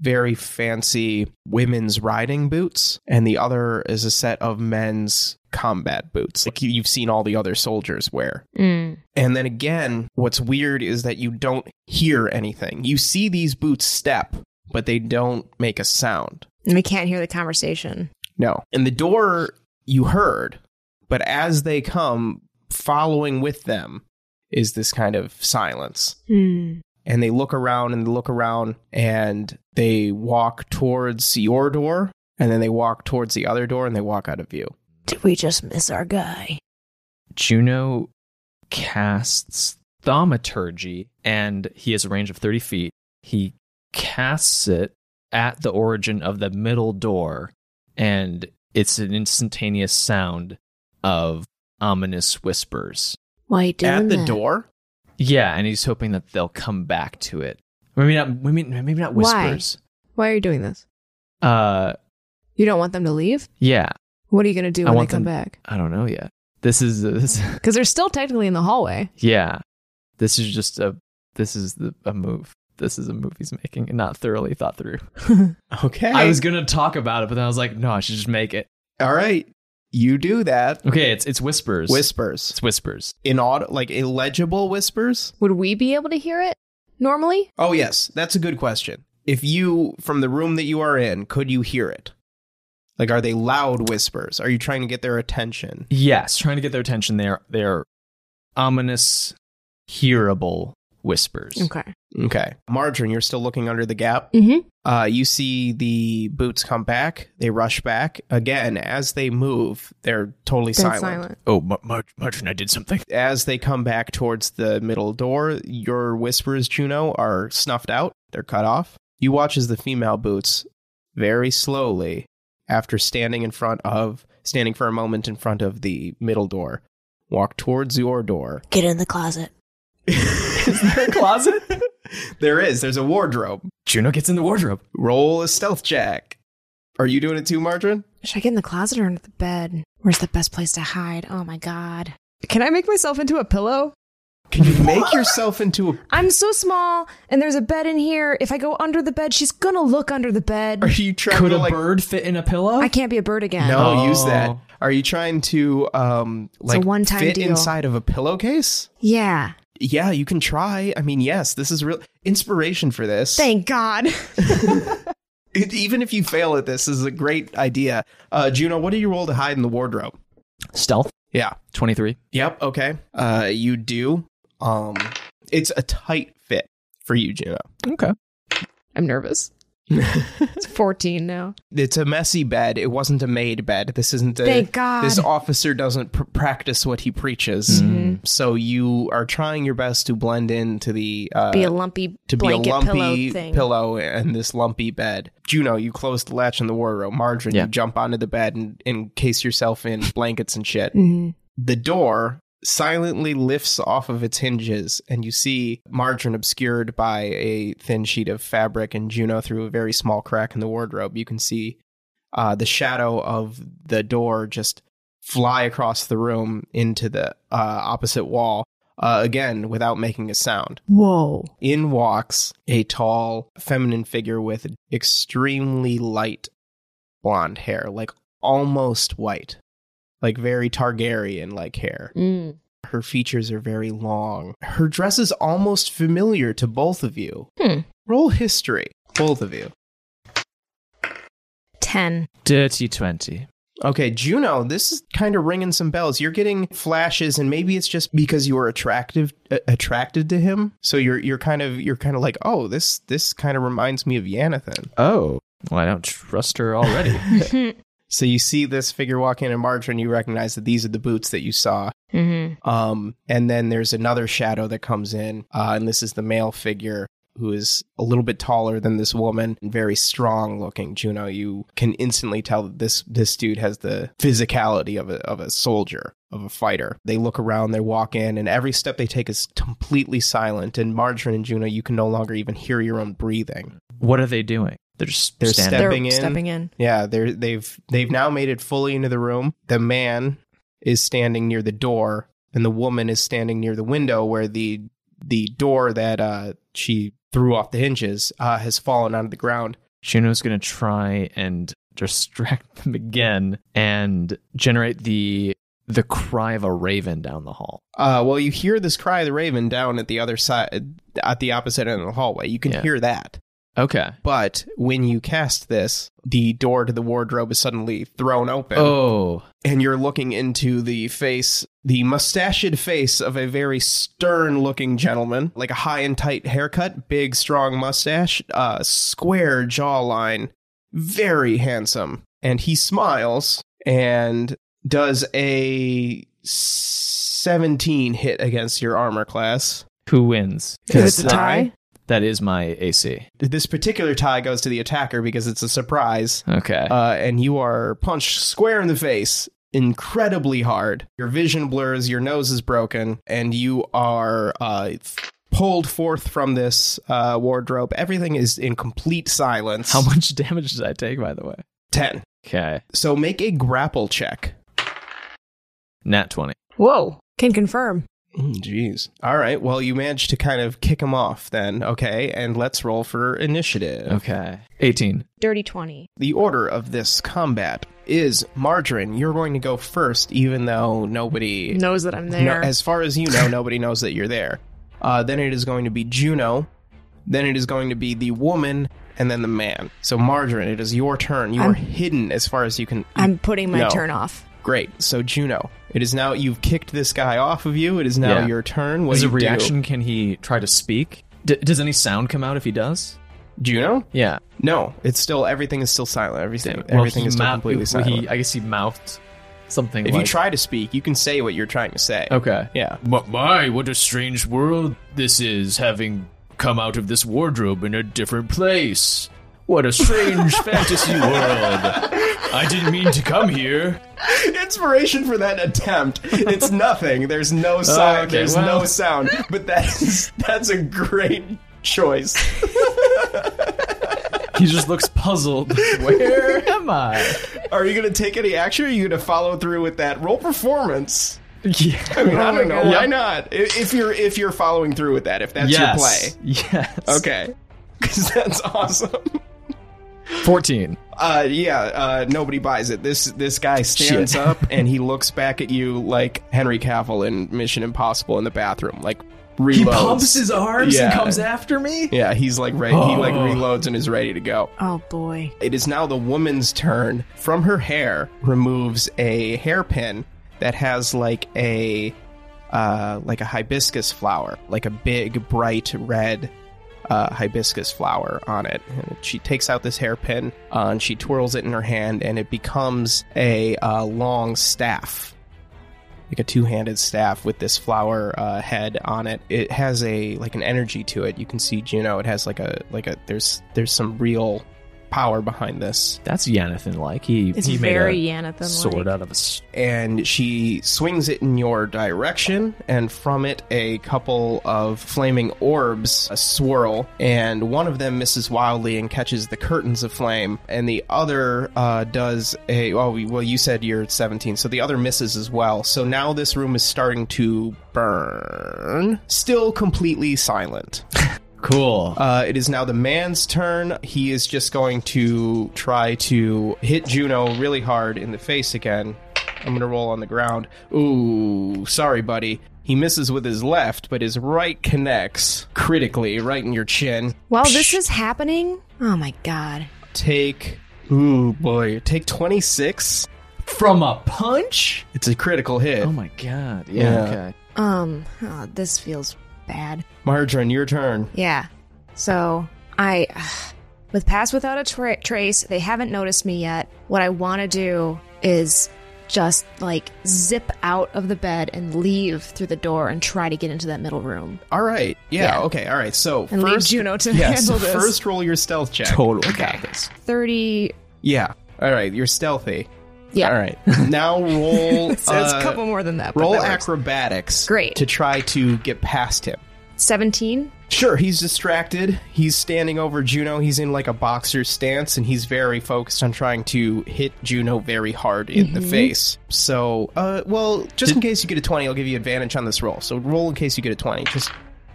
very fancy women's riding boots, and the other is a set of men's combat boots, like you- you've seen all the other soldiers wear. Mm. And then again, what's weird is that you don't hear anything. You see these boots step, but they don't make a sound. And we can't hear the conversation. No. And the door you heard, but as they come, following with them is this kind of silence. And they look around and they look around and they walk towards your door and then they walk towards the other door and they walk out of view. Did we just miss our guy? Juno casts thaumaturgy, and he has a range of 30 feet. He casts it at the origin of the middle door, and it's an instantaneous sound of ominous whispers. Why doing At the that? door? Yeah, and he's hoping that they'll come back to it. Maybe not. Maybe, maybe not Why? whispers. Why are you doing this? Uh, You don't want them to leave? yeah. What are you gonna do I when they want come them- back? I don't know yet. This is this. Because they're still technically in the hallway. Yeah. This is just a this is the, a move. This is a move he's making and not thoroughly thought through. Okay. I was going to talk about it, but then I was like, no, I should just make it. All right. You do that. Okay, it's it's whispers. Whispers. It's whispers. Inaud like illegible whispers? Would we be able to hear it normally? Oh yes, that's a good question. If you from the room that you are in, could you hear it? Like are they loud whispers? Are you trying to get their attention? Yes, trying to get their attention there. They're ominous hearable whispers. Okay. Okay. Margarine, you're still looking under the gap. Mm-hmm. Uh, you see the boots come back. They rush back. Again, as they move, they're totally silent. Oh, Mar- Mar- Martin, I did something. As they come back towards the middle door, your whispers, Juno, are snuffed out. They're cut off. You watch as the female boots very slowly, after standing in front of, standing for a moment in front of the middle door, walk towards your door. Get in the closet. is there a closet? there is. There's a wardrobe. Juno gets in the wardrobe. Roll a stealth check. Are you doing it too, Margarine? Should I get in the closet or under the bed? Where's the best place to hide? Oh my god. Can I make myself into a pillow? Can you make yourself into a? I'm so small, and there's a bed in here. If I go under the bed, she's gonna look under the Are bed. you trying Could to a like? bird fit in a pillow? I can't be a bird again. No, use that. Oh. Are you trying to um like one-time fit deal. inside of a pillowcase? Yeah. Yeah, you can try. I mean, yes, this is real inspiration for this. Thank God. It- Even if you fail at this, this is a great idea. Uh, Juno, what do you roll to hide in the wardrobe? Stealth Yeah. 23. Yep. Okay. Uh, you do. Um, it's a tight fit for you, Juno. Okay. I'm nervous. it's 14 now. It's a messy bed. It wasn't a made bed. This isn't a. Thank God. This officer doesn't pr- practice what he preaches. Mhm. So you are trying your best to blend into the. Uh, be a lumpy to be a blanket lumpy pillow thing. pillow and this lumpy bed. Juno, you close the latch on the wardrobe. Margarine, Yeah. you jump onto the bed and encase yourself in blankets and shit. Mhm. The door silently lifts off of its hinges, and you see Margarine obscured by a thin sheet of fabric, and Juno through a very small crack in the wardrobe. You can see uh, the shadow of the door just fly across the room into the uh, opposite wall, uh, again, without making a sound. Whoa. In walks a tall feminine figure with extremely light blonde hair, like almost white, like very Targaryen like hair. Mm. Her features are very long. Her dress is almost familiar to both of you. Hmm. Roll history, both of you. 10. Dirty 20. Okay, Juno, this is kind of ringing some bells. You're getting flashes, and maybe it's just because you are attractive, uh, attracted to him. So you're you're kind of you're kind of like, oh, this this kind of reminds me of Yanathan. Oh. Well, I don't trust her already. So you see this figure walk in and march, and you recognize that these are the boots that you saw. Mm-hmm. Um, and then there's another shadow that comes in, uh, and this is the male figure who is a little bit taller than this woman and very strong looking. Juno, you can instantly tell that this this dude has the physicality of a of a soldier, of a fighter. They look around, they walk in, and every step they take is completely silent. And Margarine and Juno, you can no longer even hear your own breathing. what are they doing? They're just They're standing. stepping They're in. stepping in. Yeah, they're they've they've now made it fully into the room. The man is standing near the door, and the woman is standing near the window where the the door that uh, she threw off the hinges uh, has fallen onto the ground. Juno's going to try and distract them again and generate the the cry of a raven down the hall. Uh, well, you hear this cry of the raven down at the other side, at the opposite end of the hallway. You can Yeah. hear that. Okay. But when you cast this, the door to the wardrobe is suddenly thrown open. Oh, and you're looking into the face, the mustached face of a very stern looking gentleman, like a high and tight haircut, big, strong mustache, uh, square jawline, very handsome. And he smiles and does a 17 hit against your armor class. who wins? Is it a tie? That is my AC. This particular tie goes to the attacker because it's a surprise. Okay. uh, and you are punched square in the face incredibly hard. Your vision blurs, your nose is broken, and you are uh, f- pulled forth from this uh, wardrobe. Everything is in complete silence. How much damage did I take, by the way? 10. Okay. So make a grapple check. Nat 20. Whoa. Can confirm. Mm, Jeez. All right. Well, you managed to kind of kick him off then. Okay. And let's roll for initiative. Okay. 18. Dirty 20. The order of this combat is Margarine, you're going to go first, even though nobody Knows that I'm No, there. as far as you know, nobody knows that you're there. Uh, then it is going to be Juno. Then it is going to be the woman, and then the man. So, Margarine, it is your turn. You are I'm- hidden as far as you can. I'm putting my No. turn off. Great. So, Juno, it is now you've kicked this guy off of you. It is now Yeah. your turn. What As do a you do? reaction, can he try to speak? D- does any sound come out if he does? Juno? Yeah. No, it's still everything is still silent. Everything, Well, everything he is still mou- completely well, silent. he- I guess he mouthed something. if you like- try to speak, you can say what you're trying to say. Okay. Yeah. But my, what a strange world this is, having come out of this wardrobe in a different place. What a strange fantasy world. I didn't mean to come here. inspiration for that attempt. It's nothing. There's no sound. Oh, okay, There's no well. sound. But that's that's a great choice. He just looks puzzled. Where am I? Are you gonna take any action? Or are you gonna follow through with that roll performance? Yeah. I mean, I don't know. God. Why not? I- If you're if you're following through with that, if that's yes. your Yes. play, okay. Because that's awesome. 14. Uh, yeah. Uh, nobody buys it. This this guy stands Shit. up and he looks back at you like Henry Cavill in Mission Impossible in the bathroom, like. Reloads. his arms Yeah. after me? Yeah, he's like ready. He like reloads and is ready to go. Oh, boy. It is now the woman's turn. From her hair, removes a hairpin that has like a uh, like a hibiscus flower, like a big bright red uh, hibiscus flower on it. And she takes out this hairpin uh, and she twirls it in her hand, and it becomes a uh, long staff, like a two-handed staff with this flower uh, head on it. It has a like an energy to it. You can see, you know, it has like a like a there's there's some real power behind this. That's Yanathan like. He It's he very made a Yannathan-like. sword out of a s- and she swings it in your direction, and from it, a couple of flaming orbs swirl, and one of them misses wildly and catches the curtains of flame, and the other uh, does a. Oh, we- well, you said you're 17, so the other misses as well. So now this room is starting to burn. Still completely silent. Cool. Uh, it is now the man's turn. He is just going to try to hit Juno really hard in the face again. I'm going to roll on the ground. Ooh, sorry, buddy. He misses with his left, but his right connects critically right in your chin. While this is happening, oh my god. Take, ooh boy, take 26 from a punch. It's a critical hit. Oh my god. Yeah. Yeah. Okay. Um, oh, this feels bad. Margarine, your turn. Yeah. So I, with Pass Without a tra- Trace, they haven't noticed me yet. What I want to do is just like zip out of the bed and leave through the door and try to get into that middle room. All right. Yeah. Okay. All right. So And leave first, Juno to yeah, so handle this. First, roll your stealth check. Totally got this. 30. Yeah. All right. You're stealthy. Yeah. All right. Now roll. So it's a uh, couple more than that. but Roll that works. acrobatics. Great. To try to get past him. 17. Sure, he's distracted. He's standing over Juno. He's in like a boxer stance and he's very focused on trying to hit Juno very hard in Mm-hmm. the face. So, uh, well, just in case you get a 20, I'll give you advantage on this roll. So roll in case you get a 20, just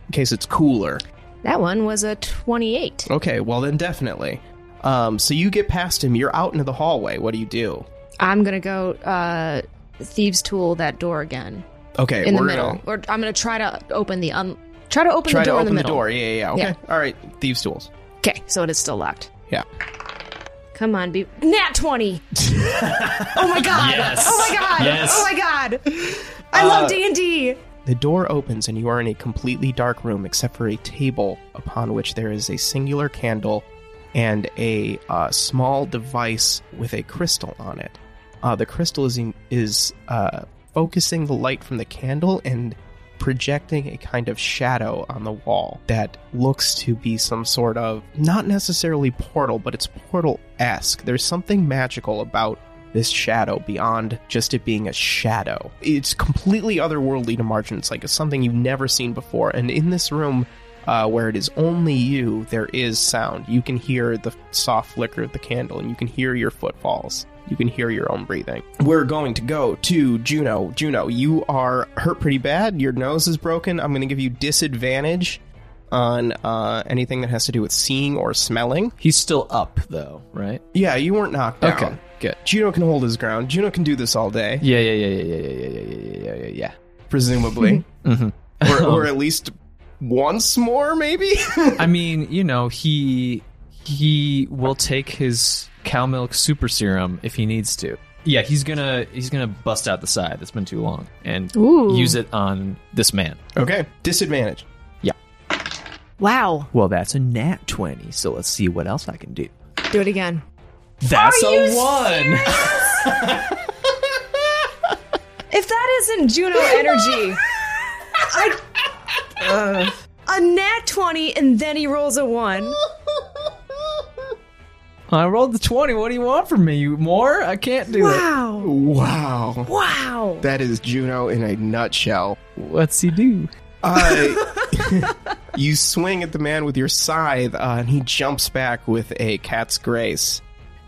in case it's cooler. That one was a 28. Okay, well, then definitely. Um, so you get past him. You're out into the hallway. What do you do? I'm going to go uh, Thieves' Tool that door again. Okay, in the we're middle, gonna- or I'm gonna try to open the un- try to open try the to door open in the the, middle. door. Yeah, yeah, yeah. Okay. Yeah. All right, thieves' tools. Okay, so it is still locked. Yeah. Come on, be nat twenty. oh my god! Yes. Oh my god! Yes. Oh my god! I Uh, love D and D. The door opens and you are in a completely dark room except for a table upon which there is a singular candle and a uh, small device with a crystal on it. Uh, the crystal is, is uh, focusing the light from the candle and projecting a kind of shadow on the wall that looks to be some sort of not necessarily portal, but it's portal esque. There's something magical about this shadow beyond just it being a shadow. It's completely otherworldly to Margin. It's like something you've never seen before. And in this room, uh, where it is only you, there is sound. You can hear the soft flicker of the candle, and you can hear your footfalls. You can hear your own breathing. We're going to go to Juno. Juno, you are hurt pretty bad. Your nose is broken. I'm going to give you disadvantage on uh, anything that has to do with seeing or smelling. He's still up though, right? Yeah, you weren't knocked down. Okay, good. Juno can hold his ground. Juno can do this all day, Yeah, yeah, yeah, yeah, yeah, yeah, yeah, yeah, yeah, yeah, yeah. presumably, Mhm. or, or at least once more, maybe. I mean, you know, he he will take his cow milk super serum if he needs to. Yeah, he's gonna he's gonna bust out the side that's been too long and Ooh. use it on this man. okay, disadvantage. Wow! Well, that's a nat twenty. So let's see what else I can do. Do it again. That's a one. If that isn't Juno energy, I, a nat twenty, and then he rolls a one. I rolled the twenty. What do you want from me? You more? I can't do Wow! Wow. Wow! That is Juno in a nutshell. it. What's he do? Uh, you swing at the man with your scythe, uh, and he jumps back with a cat's grace.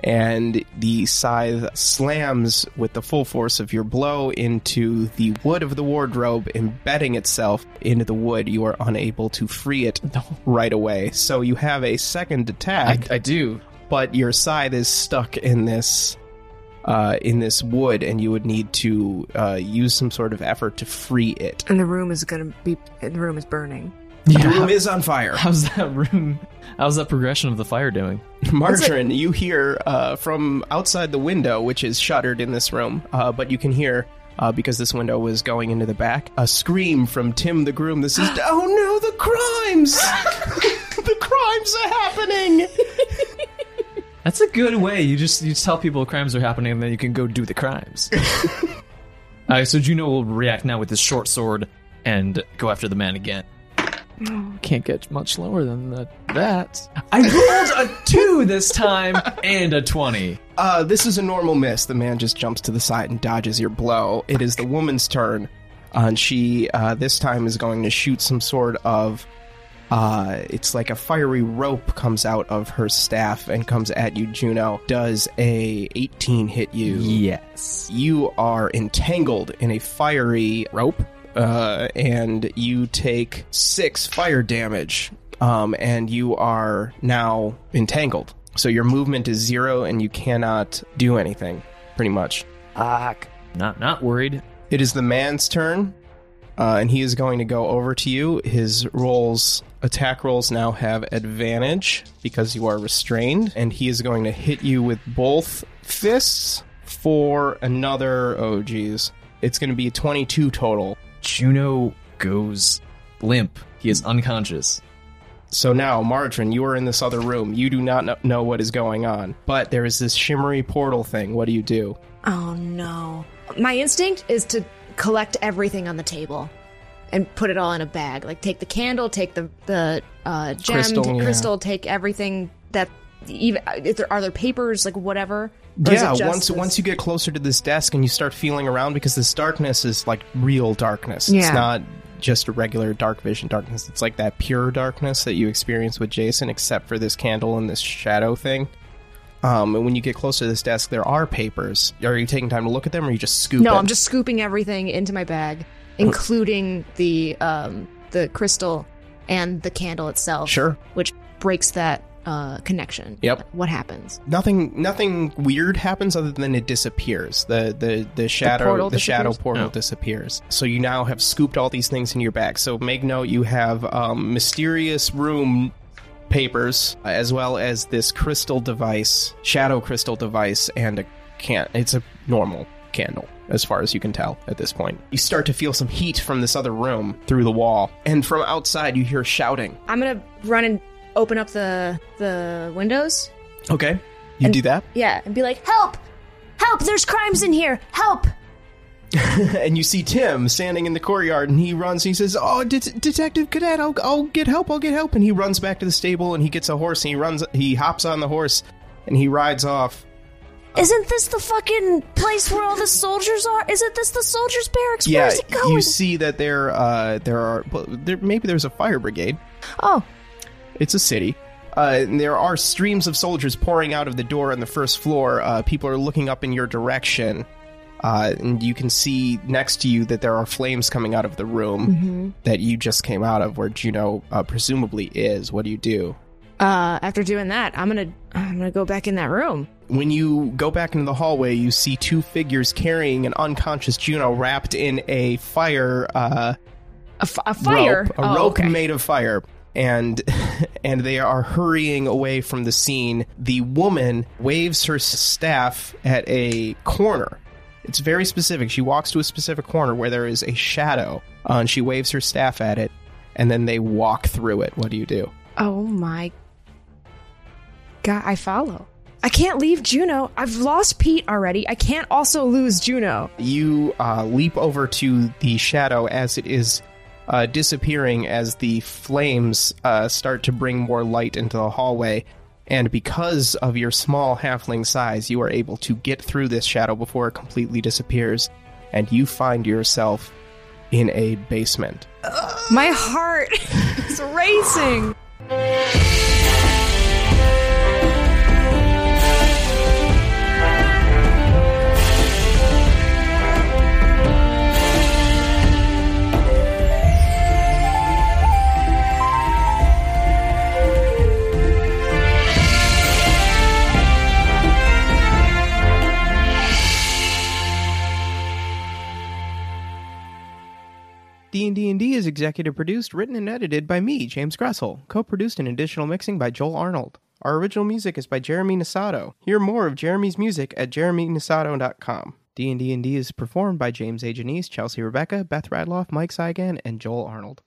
And the scythe slams with the full force of your blow into the wood of the wardrobe, embedding itself into the wood. You are unable to free it right away. So you have a second I, attack, I do. but your scythe is stuck in this. Uh, in this wood, and you would need to uh, use some sort of effort to free it. And the room is gonna be. The room is burning. The room is on fire. How's that room? How's that progression of the fire doing? Margarine, you hear uh, from outside the window, which is shuttered in this room, uh, but you can hear. Uh, because this window was going into the back, a scream from Tim the groom. This is oh no, the crimes! the crimes are happening. That's a good way. You just you tell people crimes are happening, and then you can go do the crimes. All right, so Juno will react now with his short sword and go after the man again. Can't get much lower than the, that. I rolled a two this time and a twenty. Uh, this is a normal miss. The man just jumps to the side and dodges your blow. It is the woman's turn, uh, and she uh, this time is going to shoot some sort of. Uh, it's like a fiery rope comes out of her staff and comes at you, Juno. Does a 18 hit you? Yes. You are entangled in a fiery rope, uh, and you take six fire damage, um, and you are now entangled. So your movement is zero, and you cannot do anything, pretty much. Fuck. Not not worried. It is the man's turn, uh, and he is going to go over to you. His rolls, attack rolls, now have advantage because you are restrained, and he is going to hit you with both fists for another. Oh, geez, it's going to be twenty-two total. Juno goes limp. He is unconscious. So now, Margarine, you are in this other room. You do not kn- know what is going on, but there is this shimmery portal thing. What do you do? Oh no. My instinct is to collect everything on the table and put it all in a bag. Like take the candle, take the the uh, gem, Crystal, take yeah. crystal, take everything that even if there are there papers, like whatever. Or is it Yeah, just once this- once you get closer to this desk and you start feeling around because this darkness is like real darkness. It's Yeah. not just a regular dark vision darkness. It's like that pure darkness that you experience with Jason, except for this candle and this shadow thing. Um, and when you get closer to this desk, there are papers. Are you taking time to look at them, or are you just scooping? No, I'm just scooping everything into my bag, including the um the crystal and the candle itself. Sure. Which breaks that uh connection. Yep. What happens? nothing. Nothing weird happens other than it disappears. The the the shadow portal shadow disappears? portal Oh. disappears. So you now have scooped all these things in your bag. So make note you have um, mysterious room papers uh, as well as this crystal device, shadow crystal device, and a can. It's a normal candle as far as you can tell at this point. You start to feel some heat from this other room through the wall, and from outside you hear shouting. I'm gonna run and open up the the windows. Okay, you do that. Yeah, and be like, Help! Help! There's crimes in here! Help! and you see Tim standing in the courtyard, and he runs and he says, "Oh, det- Detective Cadet, I'll, I'll get help! I'll get help!" And he runs back to the stable, and he gets a horse, and he runs, he hops on the horse, and he rides off. Isn't this the fucking place where all the soldiers are? Isn't this the soldiers' barracks? Where's it going? you see that there, uh, there are well, there, maybe there's a fire brigade. Oh, It's a city. Uh, and there are streams of soldiers pouring out of the door on the first floor. Uh, people are looking up in your direction. Uh, and you can see next to you that there are flames coming out of the room Mhm. that you just came out of, where Juno uh, presumably is. What do you do? Uh after doing that, I'm gonna I'm gonna go back in that room. When you go back into the hallway, you see two figures carrying an unconscious Juno wrapped in a fire uh, A, f- a fire. rope, a Oh, rope okay. made of fire, and and they are hurrying away from the scene. The woman waves her staff at a corner. It's very specific. She walks to a specific corner where there is a shadow, uh, and she waves her staff at it, and then they walk through it. What do you do? Oh my God, I follow. I can't leave Juno. I've lost Pete already. I can't also lose Juno. You uh, leap over to the shadow as it is uh, disappearing as the flames uh, start to bring more light into the hallway. And because of your small halfling size, you are able to get through this shadow before it completely disappears. And you find yourself in a basement. My heart is racing. D&D and D is executive produced, written and edited by me, James Gressel, co-produced and additional mixing by Joel Arnold. Our original music is by Jeremy Nisato. Hear more of Jeremy's music at jeremynisato.com. D&D and D is performed by James A. Janice, Chelsea Rebecca, Beth Radloff, Mike Saigan, and Joel Arnold.